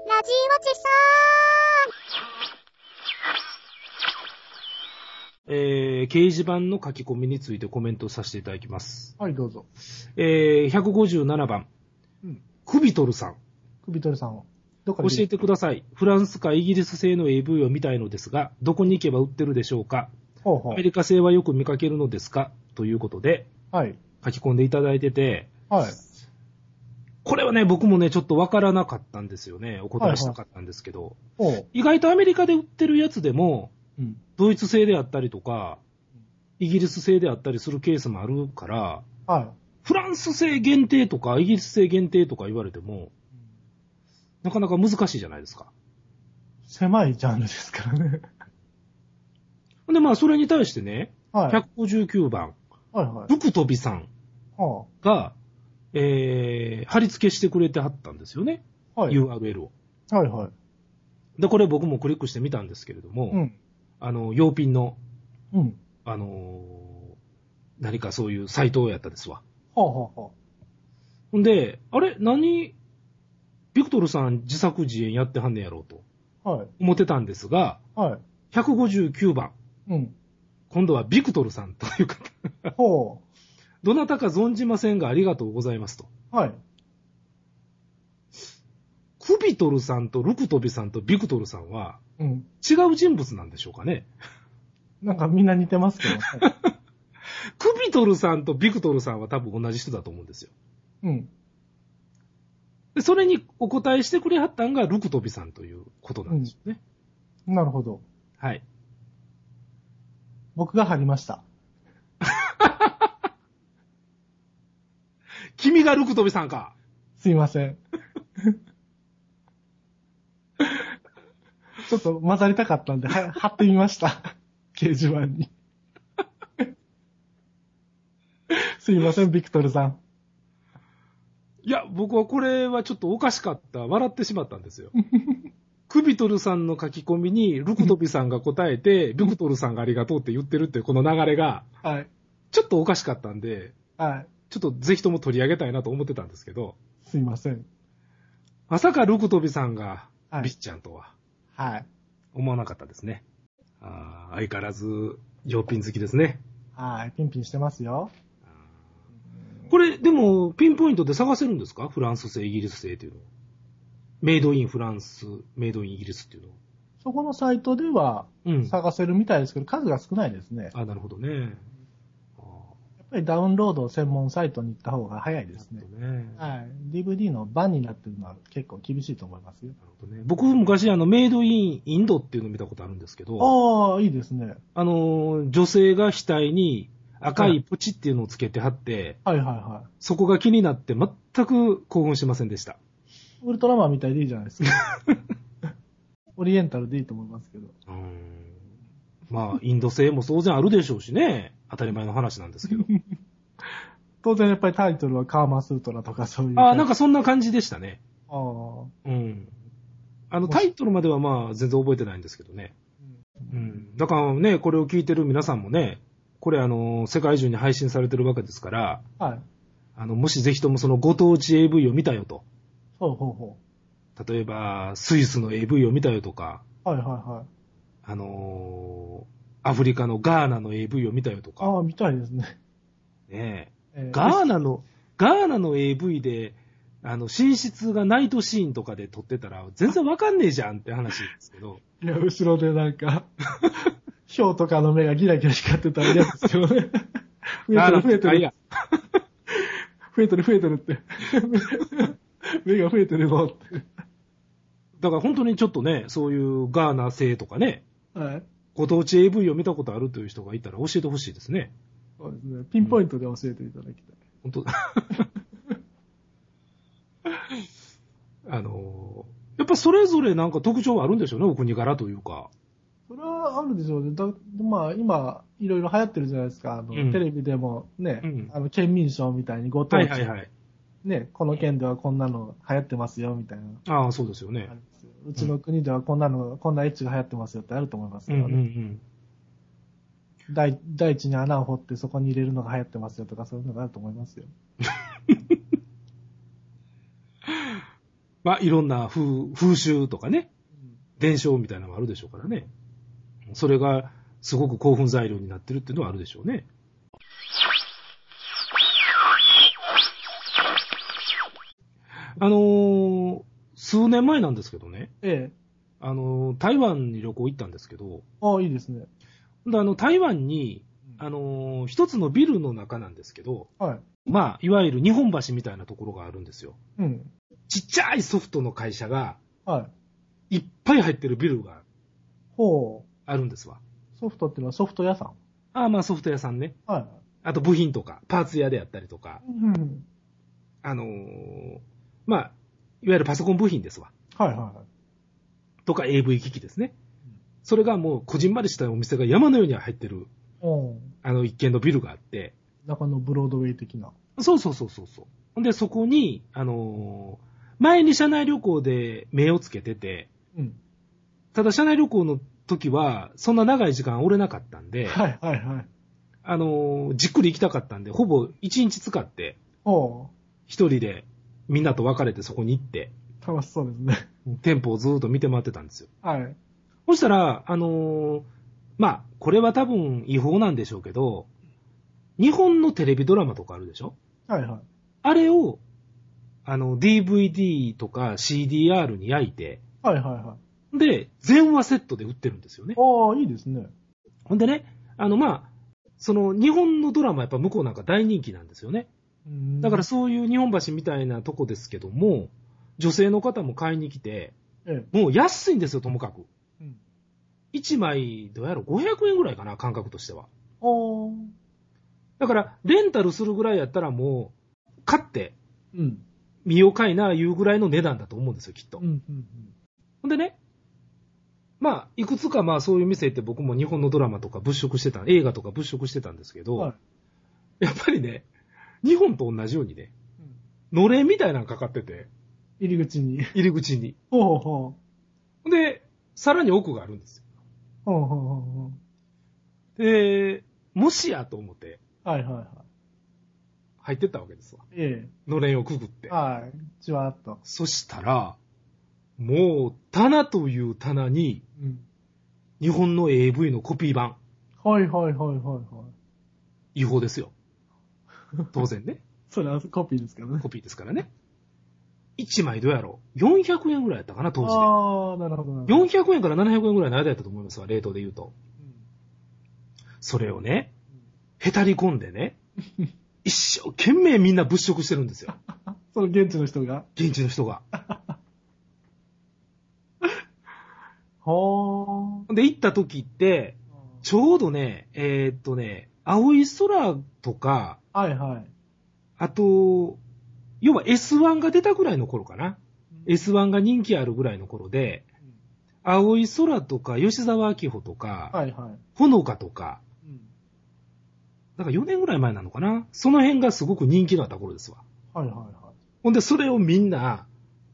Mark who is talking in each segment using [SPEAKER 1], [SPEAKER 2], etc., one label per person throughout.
[SPEAKER 1] ちさ
[SPEAKER 2] えー、掲示板の書き込みについてコメントさせていただきます。
[SPEAKER 3] はい、どうぞ。
[SPEAKER 2] えー、157番、
[SPEAKER 3] うん。
[SPEAKER 2] クビトルさん。
[SPEAKER 3] クビトルさんを。どっか
[SPEAKER 2] 教
[SPEAKER 3] で
[SPEAKER 2] えてください。フランスかイギリス製の AV を見たいのですが、どこに行けば売ってるでしょうか
[SPEAKER 3] ほうほ
[SPEAKER 2] ア
[SPEAKER 3] う
[SPEAKER 2] メ。リカ製はよく見かけるのですかということで、
[SPEAKER 3] はい。
[SPEAKER 2] 書き込んでいただいてて、
[SPEAKER 3] はい。
[SPEAKER 2] これはね、僕もね、ちょっとわからなかったんですよね。お答えしたかったんですけど、
[SPEAKER 3] ほう。
[SPEAKER 2] 意外とアメリカで売ってるやつでも、
[SPEAKER 3] うん。
[SPEAKER 2] ドイツ製であったりとか、イギリス製であったりするケースもあるから、
[SPEAKER 3] は
[SPEAKER 2] フランス製限定とか、イギリス製限定とか言われても、
[SPEAKER 3] い。
[SPEAKER 2] なかなか難しいじゃないですか。
[SPEAKER 3] 狭いジャンルですからね。
[SPEAKER 2] で、まあ、それに対してね、
[SPEAKER 3] はい。
[SPEAKER 2] 159番、
[SPEAKER 3] はいはい。
[SPEAKER 2] ブクトビさん
[SPEAKER 3] は
[SPEAKER 2] が、えー、貼り付けしてくれてはったんですよね、
[SPEAKER 3] あ、はい。
[SPEAKER 2] URL を。
[SPEAKER 3] はいはい。
[SPEAKER 2] で、これ僕もクリックしてみたんですけれども、
[SPEAKER 3] うん。
[SPEAKER 2] あの、用品の、
[SPEAKER 3] うん。
[SPEAKER 2] あのー何かそういうサイトをやったですわ。
[SPEAKER 3] はあはあは
[SPEAKER 2] ほんで、あれ何ビクトルさん自作自演やってはんねやろうと
[SPEAKER 3] あ。はい。
[SPEAKER 2] 思ってたんですが、
[SPEAKER 3] はい。
[SPEAKER 2] 159番、
[SPEAKER 3] うん。
[SPEAKER 2] 今度はビクトルさんという方、
[SPEAKER 3] ほ
[SPEAKER 2] どなたか存じませんがありがとうございますと。
[SPEAKER 3] う。はい。
[SPEAKER 2] クビトルさんとルクトビさんとビクトルさんは
[SPEAKER 3] うん。
[SPEAKER 2] 違う人物なんでしょうかね。
[SPEAKER 3] なんかみんな似てますけど ね。
[SPEAKER 2] クビトルさんとビクトルさんは多分同じ人だと思うんですよ。
[SPEAKER 3] うん。
[SPEAKER 2] でそれにお答えしてくれはったんがルクトビさんということなんですよね。
[SPEAKER 3] なるほど。
[SPEAKER 2] はい。
[SPEAKER 3] 僕が貼りました。
[SPEAKER 2] 君がルクトビさんか。
[SPEAKER 3] すいませ ん。ちょっと混ざりたかったんで、は貼ってみました。 掲示板に。 すいません、ビクトルさん。
[SPEAKER 2] いや、僕はこれはちょっとおかしかった。笑ってしまったんですよ。クビトルさんの書き込みに、ルクトビさんが答えて、ルクトルさんがありがとうって言ってるっていうこの流れが、
[SPEAKER 3] はい。
[SPEAKER 2] ちょっとおかしかったんで、
[SPEAKER 3] はい。
[SPEAKER 2] ちょっとぜひとも取り上げたいなと思ってたんですけど、
[SPEAKER 3] すいません。
[SPEAKER 2] まさかルクトビさんが、
[SPEAKER 3] はい
[SPEAKER 2] ビッちゃんとは
[SPEAKER 3] はい。
[SPEAKER 2] 思わなかったですね。あー相変わらず、用品好きですね。
[SPEAKER 3] はい。ピンピンしてますよ。
[SPEAKER 2] これ、でも、ピンポイントで探せるんですかフランス製、イギリス製っていうのをメイドインフランス、メイドインイギリスっていうのを
[SPEAKER 3] そこのサイトでは
[SPEAKER 2] うん。
[SPEAKER 3] 探せるみたいですけど、数が少ないですね。やっ
[SPEAKER 2] あ、なるほどね。あ
[SPEAKER 3] ぱりダウンロード専門サイトに行った方が早い
[SPEAKER 2] ー
[SPEAKER 3] です
[SPEAKER 2] な
[SPEAKER 3] ね。
[SPEAKER 2] るほどね
[SPEAKER 3] はい。DVD の版になってるのは結構厳しいと思いますよ。
[SPEAKER 2] なるほどね僕、昔、あの、メイドインインドっていうの見たことあるんですけど、
[SPEAKER 3] ああ、いいですね。
[SPEAKER 2] あのー、女性が額に赤いポチっていうのをつけて貼って、
[SPEAKER 3] はいはいはい。
[SPEAKER 2] そこが気になって全く興奮しませんでした。
[SPEAKER 3] ウルトラマンみたいでいいじゃない ですか。オリエンタルでいいと思いますけど。
[SPEAKER 2] うーんまあ、インド製も当然あるでしょうしね。当たり前の話なんですけど。
[SPEAKER 3] 当然やっぱりタイトルはカーマスートラとかそういう。
[SPEAKER 2] ああ、なん
[SPEAKER 3] か。
[SPEAKER 2] かそんな感じでしたね。
[SPEAKER 3] あー
[SPEAKER 2] うん。あの、タイトルまではまあ、全然覚えてないんですけどね。うん。だからね、これを聞いてる皆さんもね、これあの、世界中に配信されてるわけですから、
[SPEAKER 3] はい。
[SPEAKER 2] あの、もしぜひともそのご当地 AV を見たよと。
[SPEAKER 3] そうほうほ
[SPEAKER 2] 例えば、スイスの AV を見たよとか、
[SPEAKER 3] う。はいはいはい。
[SPEAKER 2] あのーアフリカのガーナの AV を見たよとか、
[SPEAKER 3] ああ、見たいですね。
[SPEAKER 2] ねえ
[SPEAKER 3] えー
[SPEAKER 2] ガーナの、ガーナの AV で、あの、寝室がナイトシーンとかで撮ってたら、全然わかんねえじゃんって話ですけど、
[SPEAKER 3] いや、後ろでなんか、ヒョウとかの目がギラギラ光ってたら嫌です よね。増
[SPEAKER 2] ガーナ
[SPEAKER 3] え
[SPEAKER 2] の
[SPEAKER 3] て
[SPEAKER 2] あいや
[SPEAKER 3] る、増えてる、増えて る、増えてるって。目が増えてるぞって。
[SPEAKER 2] だから本当にちょっとね、そういうガーナ製とかね、
[SPEAKER 3] はい。
[SPEAKER 2] ご当地 AV を見たことあるという人がいたら教えてほしいですね。
[SPEAKER 3] そうですね。ピンポイントで教えていただきたい。
[SPEAKER 2] 本当 あのーやっぱそれぞれなんか特徴はあるんでしょうね、お国柄というか。
[SPEAKER 3] それはあるでしょうね。だまあ、今、いろいろ流行ってるじゃないですか。あの
[SPEAKER 2] うん
[SPEAKER 3] テレビでもね、
[SPEAKER 2] うん
[SPEAKER 3] あの県民賞みたいにご当地、
[SPEAKER 2] はいはいはい。
[SPEAKER 3] ね、この県ではこんなの流行ってますよみたいな。
[SPEAKER 2] ああ、そうですよね
[SPEAKER 3] ある。んですようちの国ではこんなの、こんなエッチが流行ってますよってあると思います
[SPEAKER 2] うん
[SPEAKER 3] け
[SPEAKER 2] う
[SPEAKER 3] ど
[SPEAKER 2] んう
[SPEAKER 3] ね、
[SPEAKER 2] ん。
[SPEAKER 3] 大大地に穴を掘ってそこに入れるのが流行ってますよとかそういうのがあると思いますよ。
[SPEAKER 2] まあ、いろんな風、風習とかね、伝承みたいなのもあるでしょうからね。それが、すごく興奮材料になってるっていうのはあるでしょうね。あのー数年前なんですけどね、
[SPEAKER 3] ええ。
[SPEAKER 2] あのー台湾に旅行行ったんですけど、
[SPEAKER 3] ああ、いいですね。
[SPEAKER 2] であの、台湾に、あのー一つのビルの中なんですけど、
[SPEAKER 3] はい。
[SPEAKER 2] まあ、いわゆる日本橋みたいなところがあるんですよ。
[SPEAKER 3] うん。
[SPEAKER 2] ちっちゃいソフトの会社が、
[SPEAKER 3] はい。
[SPEAKER 2] いっぱい入ってるビルが
[SPEAKER 3] ほ
[SPEAKER 2] あるんですわ。
[SPEAKER 3] う。ソフトっていうのはソフト屋さん。
[SPEAKER 2] ああ、まあソフト屋さんね。
[SPEAKER 3] は
[SPEAKER 2] あと部品とか、パーツ屋であったりとか、
[SPEAKER 3] い。うん。
[SPEAKER 2] あのーまあ、いわゆるパソコン部品ですわ。
[SPEAKER 3] はいは
[SPEAKER 2] とか AV 機器ですね
[SPEAKER 3] うん。
[SPEAKER 2] それがもう、こじんまりしたお店が山のように入ってる、
[SPEAKER 3] い。うん。
[SPEAKER 2] あの一軒のビルがあって、
[SPEAKER 3] 中のブロードウェイ的な。
[SPEAKER 2] そうそうそうそうそう。ほんで、そこに、あのー前に社内旅行で目をつけてて、
[SPEAKER 3] うん。
[SPEAKER 2] ただ社内旅行の時は、そんな長い時間折れなかったんで、
[SPEAKER 3] はいはいはい。
[SPEAKER 2] あのーじっくり行きたかったんで、ほぼ1日使って、
[SPEAKER 3] ほ
[SPEAKER 2] 一人でみんなと別れてそこに行って、
[SPEAKER 3] う。楽しそうですね。
[SPEAKER 2] 店舗をずーっと見て回ってたんですよ。
[SPEAKER 3] はい。
[SPEAKER 2] そしたら、あのーまあ、これは多分違法なんでしょうけど、日本のテレビドラマとかあるでしょ
[SPEAKER 3] はいはい。
[SPEAKER 2] あれを、あの、DVD とか CDR に焼いて、
[SPEAKER 3] はいはいはい。
[SPEAKER 2] で、全話セットで売ってるんですよね。
[SPEAKER 3] ああ、いいですね。
[SPEAKER 2] ほんでね、あの、まあ、その、日本のドラマやっぱ向こうなんか大人気なんですよね。
[SPEAKER 3] うん
[SPEAKER 2] だから、そういう日本橋みたいなとこですけども、女性の方も買いに来て、
[SPEAKER 3] え
[SPEAKER 2] もう安いんですよ、ともかく。
[SPEAKER 3] え。うん。
[SPEAKER 2] 1枚、どうやろ、500円ぐらいかな、感覚としては。
[SPEAKER 3] ああ。
[SPEAKER 2] だから、レンタルするぐらいやったらもう、買って、
[SPEAKER 3] うん。
[SPEAKER 2] 見ようかいな、いうぐらいの値段だと思うんですよ、きっと。
[SPEAKER 3] うんうんうん。
[SPEAKER 2] ほんでね、まあ、いくつかまあそういう店行って僕も日本のドラマとか物色してた、映画とか物色してたんですけど、
[SPEAKER 3] はい
[SPEAKER 2] やっぱりね、日本と同じようにね、
[SPEAKER 3] うん
[SPEAKER 2] のれんみたいなのかかってて、
[SPEAKER 3] 入り口に。
[SPEAKER 2] 入り口に。
[SPEAKER 3] ほうほうほ
[SPEAKER 2] ほんで、さらに奥があるんですよ。
[SPEAKER 3] う。ほうほうほうほ
[SPEAKER 2] で、もしやと思って
[SPEAKER 3] う。はいはいはい。
[SPEAKER 2] 入ってったわけですわ。
[SPEAKER 3] え
[SPEAKER 2] のれんをくぐって
[SPEAKER 3] え。。はい。じわーっと。
[SPEAKER 2] そしたら、もう棚という棚に
[SPEAKER 3] うん。
[SPEAKER 2] 日本の AV のコピー版、
[SPEAKER 3] はいはいはいはいはい。
[SPEAKER 2] 違法ですよ。当然ね。
[SPEAKER 3] それはコピーですからね。
[SPEAKER 2] コピーですからね。1枚どうやろう ?400 円ぐらいやったかな、当時
[SPEAKER 3] ああ、なるほどなるほ
[SPEAKER 2] で。
[SPEAKER 3] ど。
[SPEAKER 2] 400円から700円ぐらいの間やったと思いますわ、冷凍で言うと。それをね、へたり込んで ね、一生懸命みんな物色してるんですよ。
[SPEAKER 3] うんその現地の人が。
[SPEAKER 2] 現地の人が。
[SPEAKER 3] ほー。
[SPEAKER 2] で、行った時って、ちょうどね、えーっとね、青い空とか、
[SPEAKER 3] はいはい。
[SPEAKER 2] あと、要は S1 が出たぐらいの頃かな。S1 が人気あるぐらいの頃で、青い空とか、吉沢明穂とか、
[SPEAKER 3] はいはい。
[SPEAKER 2] ほのかとか、
[SPEAKER 3] うん
[SPEAKER 2] だから4年ぐらい前なのかな。その辺がすごく人気だった頃ですわ。
[SPEAKER 3] はいはいは
[SPEAKER 2] ほんで、それをみんな、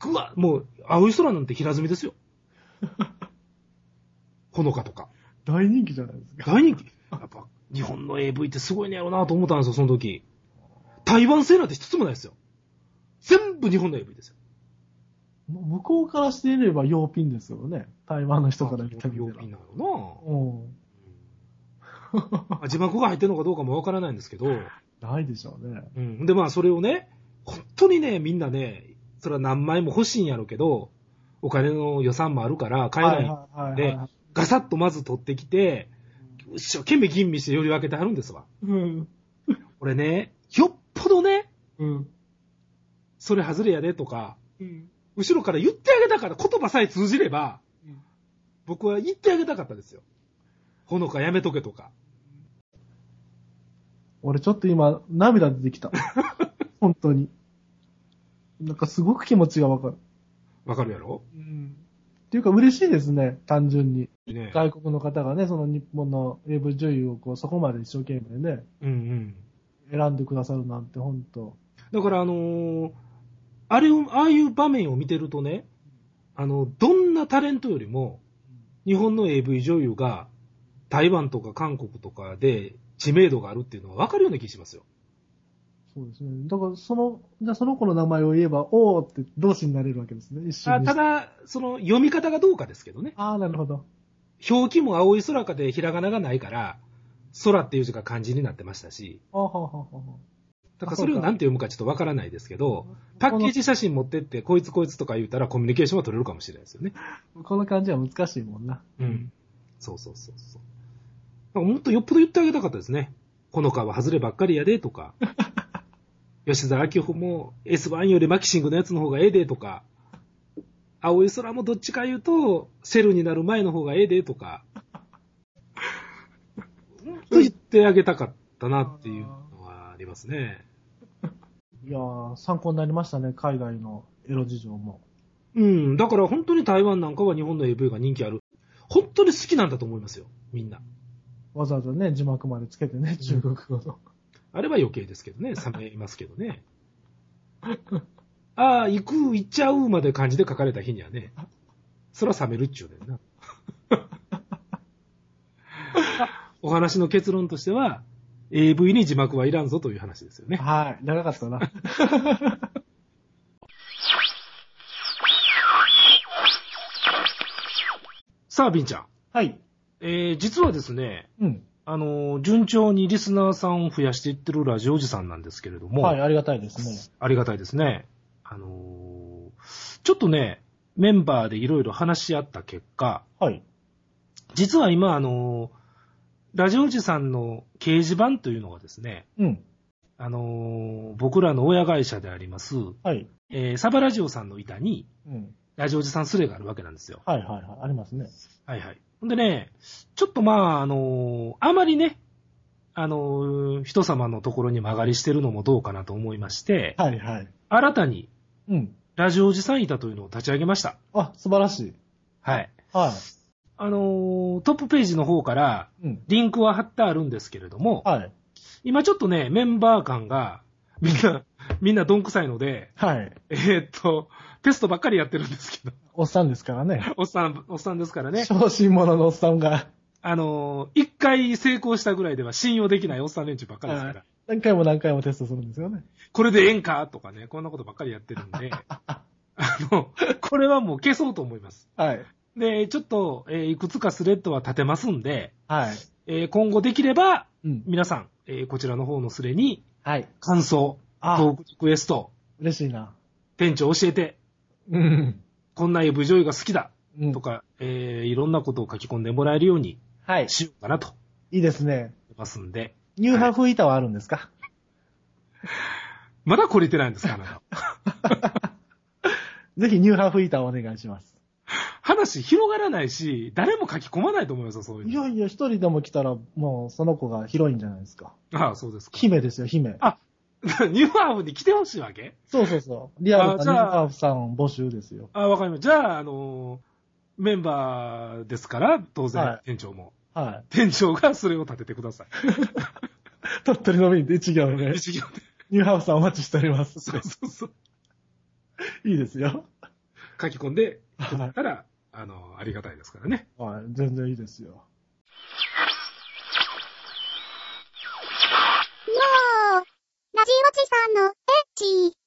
[SPEAKER 2] ぐわ、もう、青い空なんて平積みですよ。 ほのかとか。
[SPEAKER 3] い。大人気じゃない ですか。
[SPEAKER 2] 大人気。やっぱ、日本の AV ってすごいねやろなと思ったんですよ、その時。台湾製なんて一つもないですよ。全部日本の AV ですよ。
[SPEAKER 3] もう向こうからしていれば洋品ですよね。台湾の人から見たら。
[SPEAKER 2] 曜日なの
[SPEAKER 3] うん。
[SPEAKER 2] なあ字幕が入ってるのかどうかもわからないんですけど、
[SPEAKER 3] ないでしょうね。
[SPEAKER 2] うん。で、まあ、それをね、本当にね、みんなね、それは何枚も欲しいんやろうけど、お金の予算もあるから買えない。
[SPEAKER 3] はいはいはい
[SPEAKER 2] で
[SPEAKER 3] はい。
[SPEAKER 2] ガサッとまず取ってきて、一生懸命吟味してより分けてはるんですわ。
[SPEAKER 3] うん。
[SPEAKER 2] 俺ね、よっぽどね、
[SPEAKER 3] うん。
[SPEAKER 2] それ外れやでとか、
[SPEAKER 3] うん。
[SPEAKER 2] 後ろから言ってあげたから、言葉さえ通じれば、
[SPEAKER 3] うん
[SPEAKER 2] 僕は言ってあげたかったですよ。ほのかやめとけとか。
[SPEAKER 3] 俺ちょっと今、涙出て きた。本当に。なんかすごく気持ちがわかる。
[SPEAKER 2] わかるやろ
[SPEAKER 3] うん。っていうか嬉しいですね、単純に。
[SPEAKER 2] ね。
[SPEAKER 3] 外国の方がね、その日本の AV 女優をこうそこまで一生懸命ね、
[SPEAKER 2] うんうん。
[SPEAKER 3] 選んでくださるなんて本当。
[SPEAKER 2] だからあのーあれを、ああいう場面を見てるとね、あの、どんなタレントよりも、日本の AV 女優が、台湾とか韓国とかで知名度があるっていうのはわかるような気がしますよ。
[SPEAKER 3] そそうですね。だから、その、じゃあその子の名前を言えば、おーって同士になれるわけですね。一瞬
[SPEAKER 2] あ
[SPEAKER 3] に
[SPEAKER 2] ただ、その読み方がどうかですけどね。
[SPEAKER 3] あーなるほど。
[SPEAKER 2] 表記も青い空かでひらがながないから、空っていう字が漢字になってましたし、
[SPEAKER 3] あーはーはーはーは
[SPEAKER 2] だからそれを何て読むかちょっとわからないですけど、パッケージ写真持ってって、こいつこいつとか言ったらコミュニケーションは取れるかもしれないですよね。
[SPEAKER 3] ーこの感じは難しいもんな。
[SPEAKER 2] うん。そうそうそうそう。だからもっとよっぽど言ってあげたかったですね。この川外ればっかりやでと か、吉沢明穂も S1 よりマキシングのやつの方がええでとか、青い空もどっちか言うと、セルになる前の方がええでとか、もっと言ってあげたかったなっていうのはありますね。
[SPEAKER 3] いやー、参考になりましたね。海外のエロ事情も。
[SPEAKER 2] うん、だから本当に台湾なんかは日本の AV が人気ある。本当に好きなんだと思いますよ、みんな。
[SPEAKER 3] わざわざね、字幕までつけてね、中国語の。
[SPEAKER 2] あれば余計ですけどね、冷めますけどね。 ああ、行く、行っちゃうまで漢字で書かれた日にはね、そら冷めるっちゅうねんな。 あお話の結論としては、AV に字幕はいらんぞという話ですよね。
[SPEAKER 3] はい、長かったな。
[SPEAKER 2] さあ、ビンちゃん。
[SPEAKER 3] はい。
[SPEAKER 2] えー、実はですね、
[SPEAKER 3] うん。
[SPEAKER 2] あのー順調にリスナーさんを増やしていってるラジオおじさんなんですけれども、
[SPEAKER 3] はい、ありがたいですね。
[SPEAKER 2] ありがたいですね。あのーちょっとね、メンバーでいろいろ話し合った結果、
[SPEAKER 3] はい。
[SPEAKER 2] 実は今、あの、ラジオおじさんの掲示板というのがですね、
[SPEAKER 3] うん。
[SPEAKER 2] あの、僕らの親会社であります、
[SPEAKER 3] はい。
[SPEAKER 2] えーサバラジオさんの板に、
[SPEAKER 3] うん。
[SPEAKER 2] ラジオおじさんスレがあるわけなんですよ。
[SPEAKER 3] はいはいはい。ありますね。
[SPEAKER 2] はいはい。ほんでね、ちょっとまあ、あの、あまりね、あの、人様のところに曲がりしてるのもどうかなと思いまして、
[SPEAKER 3] はいはい。
[SPEAKER 2] 新たに
[SPEAKER 3] うん。
[SPEAKER 2] ラジオおじさん板というのを立ち上げました。
[SPEAKER 3] あ、素晴らしい。
[SPEAKER 2] はい。
[SPEAKER 3] は
[SPEAKER 2] あの、トップページの方から、
[SPEAKER 3] い。うん。
[SPEAKER 2] リンクは貼ってあるんですけれども、
[SPEAKER 3] はい。
[SPEAKER 2] 今ちょっとね、メンバー感が、みんな、 みんなどんくさいので、
[SPEAKER 3] はい。
[SPEAKER 2] えーっと、テストばっかりやってるんですけど、
[SPEAKER 3] おっさんですからね。
[SPEAKER 2] おっさん、おっさんですからね、
[SPEAKER 3] 小心者のおっさんが、
[SPEAKER 2] あのー、一回成功したぐらいでは信用できないおっさん連中ばっかりですから、
[SPEAKER 3] 何回も何回もテストするんですよね。
[SPEAKER 2] これでええんかとかね、こんなことばっかりやってるんで、あの、これはもう消そうと思います。
[SPEAKER 3] はい。
[SPEAKER 2] で、ちょっと、えーいくつかスレッドは立てますんで、
[SPEAKER 3] はい。
[SPEAKER 2] えー今後できれば、
[SPEAKER 3] うん。
[SPEAKER 2] 皆さん、えーこちらの方のスレに、
[SPEAKER 3] はい。
[SPEAKER 2] 感想、
[SPEAKER 3] あ
[SPEAKER 2] トークリクエスト、
[SPEAKER 3] 嬉しいな。
[SPEAKER 2] 店長教えて、
[SPEAKER 3] うん。
[SPEAKER 2] こんな AV 女優が好きだ
[SPEAKER 3] うん。
[SPEAKER 2] と。か、えー、いろんなことを書き込んでもらえるように
[SPEAKER 3] はい。
[SPEAKER 2] しようかなと思
[SPEAKER 3] いいですね。
[SPEAKER 2] いますんで。
[SPEAKER 3] ニューハーフ板はあるんですか、
[SPEAKER 2] まだ懲りてないんですか、あなた
[SPEAKER 3] ぜひニューハーフ板をお願いします。
[SPEAKER 2] 話広がらないし、誰も書き込まないと思いますよ、そういう
[SPEAKER 3] い
[SPEAKER 2] の。
[SPEAKER 3] やいや、一人でも来たら、もうその子がヒロインじゃないですか。
[SPEAKER 2] ああ、そうですか。
[SPEAKER 3] 姫ですよ、姫。
[SPEAKER 2] あ、ニューハーフに来てほしいわけ
[SPEAKER 3] そうそうそう。リアル
[SPEAKER 2] あ
[SPEAKER 3] な
[SPEAKER 2] じ
[SPEAKER 3] ニュ
[SPEAKER 2] ゃあ
[SPEAKER 3] ーハーフさん募集ですよ。
[SPEAKER 2] ああ、わかりました。じゃあ、あのーメンバーですから、当
[SPEAKER 3] は
[SPEAKER 2] 然
[SPEAKER 3] い、
[SPEAKER 2] 店長も。
[SPEAKER 3] は
[SPEAKER 2] 店長がそれを立ててください。
[SPEAKER 3] い。鳥取の便で一行で、
[SPEAKER 2] 一行で
[SPEAKER 3] ニューハーフさんお待ちしております。
[SPEAKER 2] そうそうそう。
[SPEAKER 3] いいですよ。
[SPEAKER 2] 書き込んで、
[SPEAKER 3] はい
[SPEAKER 2] たら、あのーありがたいですからね。
[SPEAKER 3] はい、全然いいですよ。
[SPEAKER 1] よーラジオチさんのエッチ